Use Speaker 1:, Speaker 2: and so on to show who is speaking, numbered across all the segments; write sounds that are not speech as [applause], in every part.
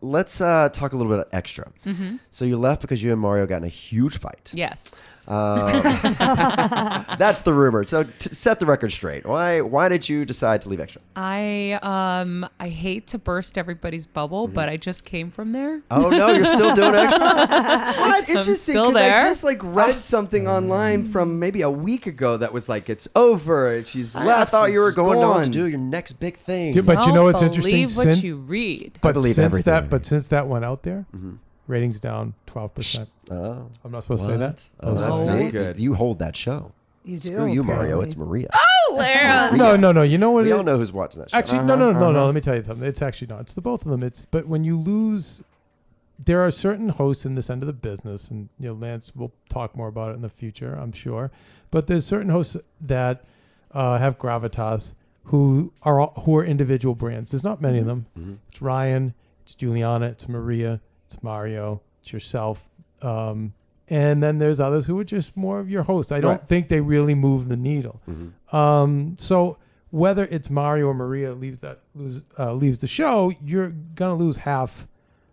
Speaker 1: let's uh, talk a little bit of extra.
Speaker 2: Mm-hmm.
Speaker 1: So you left because you and Mario got in a huge fight.
Speaker 3: Yes.
Speaker 1: That's the rumor. So t- set the record straight. Why why did you decide to leave extra?
Speaker 3: I um I hate to burst everybody's bubble,
Speaker 4: Mm-hmm.
Speaker 3: but I just came from
Speaker 4: [laughs]
Speaker 3: there.
Speaker 1: Oh no, you're still [laughs] doing extra.
Speaker 4: That's interesting
Speaker 3: still
Speaker 4: because I
Speaker 3: there. Oh.
Speaker 4: just like read something online from maybe a week ago that was like it's over. She's
Speaker 1: I, I
Speaker 4: left.
Speaker 1: thought you were
Speaker 4: she's
Speaker 1: going on to
Speaker 4: gone.
Speaker 1: do your next big thing.
Speaker 5: Dude, but you
Speaker 3: Don't
Speaker 5: know what's interesting?
Speaker 3: Believe what
Speaker 5: Sin-
Speaker 3: you read.
Speaker 5: But
Speaker 1: believe
Speaker 5: since
Speaker 1: everything I
Speaker 5: that,
Speaker 1: read.
Speaker 5: but since that went out there,
Speaker 1: Mm-hmm.
Speaker 5: ratings down twelve percent.
Speaker 1: oh,
Speaker 5: I'm not supposed to say that.
Speaker 1: Oh, that's
Speaker 3: Oh.
Speaker 1: see,
Speaker 4: Good.
Speaker 1: You hold that show.
Speaker 2: You do.
Speaker 1: Screw you, Mario.
Speaker 2: apparently.
Speaker 1: It's
Speaker 5: [laughs]
Speaker 1: Maria.
Speaker 3: Lara.
Speaker 5: No, no, no. You know what?
Speaker 1: We
Speaker 5: it-
Speaker 1: all know Uh-huh. who's watching that show.
Speaker 5: Actually, no, no, no, no. Let me tell you something. It's actually not. It's the both of them. It's but when you lose, there are certain hosts in this end of the business, and you know, Lance will talk more about it in the future, I'm sure. But there's certain hosts that uh, have gravitas who are all- who are individual brands. There's not
Speaker 1: Mm-hmm.
Speaker 5: many of them. It's Ryan. It's Juliana. It's Maria. It's Mario. It's yourself. Um, and then there's others who are just more of your host. I don't
Speaker 1: Right. Mm-hmm.
Speaker 5: think they really move the needle. Um, so whether it's Mario or Maria leaves that lose, uh, leaves the show, you're gonna lose half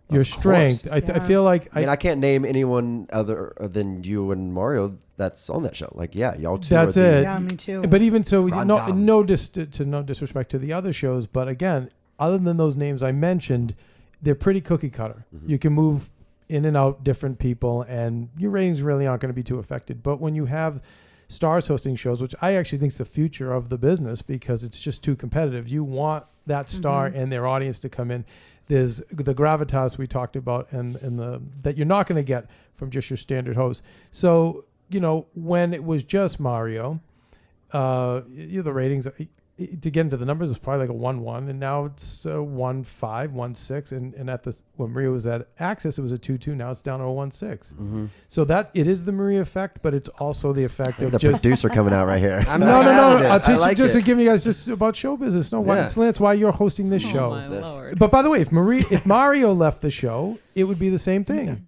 Speaker 5: your
Speaker 1: Of
Speaker 5: strength.
Speaker 1: course.
Speaker 5: I, th- I feel like
Speaker 1: I mean,
Speaker 5: I,
Speaker 1: I can't name anyone other than you and Mario that's on that show. Like, yeah, y'all two
Speaker 5: that's
Speaker 1: are the,
Speaker 5: it.
Speaker 2: Yeah, me too.
Speaker 5: But even so, you no,
Speaker 1: Rondon.
Speaker 5: no dis- to, to no disrespect to the other shows, but again, other than those names I mentioned, they're pretty cookie cutter. You can move in and out different people, and your ratings really aren't going to be too affected. But when you have stars hosting shows, which I actually think is the future of the business because it's just too competitive. You want that star and their audience to come in. There's the gravitas we talked about, and and the that you're not going to get from just your standard host. So you know when it was just Mario, uh, you know, the ratings to get into the numbers is probably like a one one, and now it's uh, one five, one six, and and at this when Maria was at Access, it was a two two. Now it's down to a one six.
Speaker 4: Mm-hmm.
Speaker 5: So that it is the Maria effect, but it's also the effect of
Speaker 1: the
Speaker 5: just.
Speaker 1: producer coming out
Speaker 2: [laughs]
Speaker 1: right here.
Speaker 4: I'm
Speaker 5: No,
Speaker 4: not
Speaker 5: no, no!
Speaker 4: having
Speaker 5: no.
Speaker 4: it.
Speaker 5: I'll teach
Speaker 4: I like
Speaker 5: you just
Speaker 4: it.
Speaker 5: to give you guys just about show business. No, why
Speaker 4: Yeah.
Speaker 5: it's Lance? Why you're hosting this
Speaker 3: Oh
Speaker 5: show?
Speaker 3: my lord.
Speaker 5: But by the way, if Marie, if Mario left the show, it would be the same thing.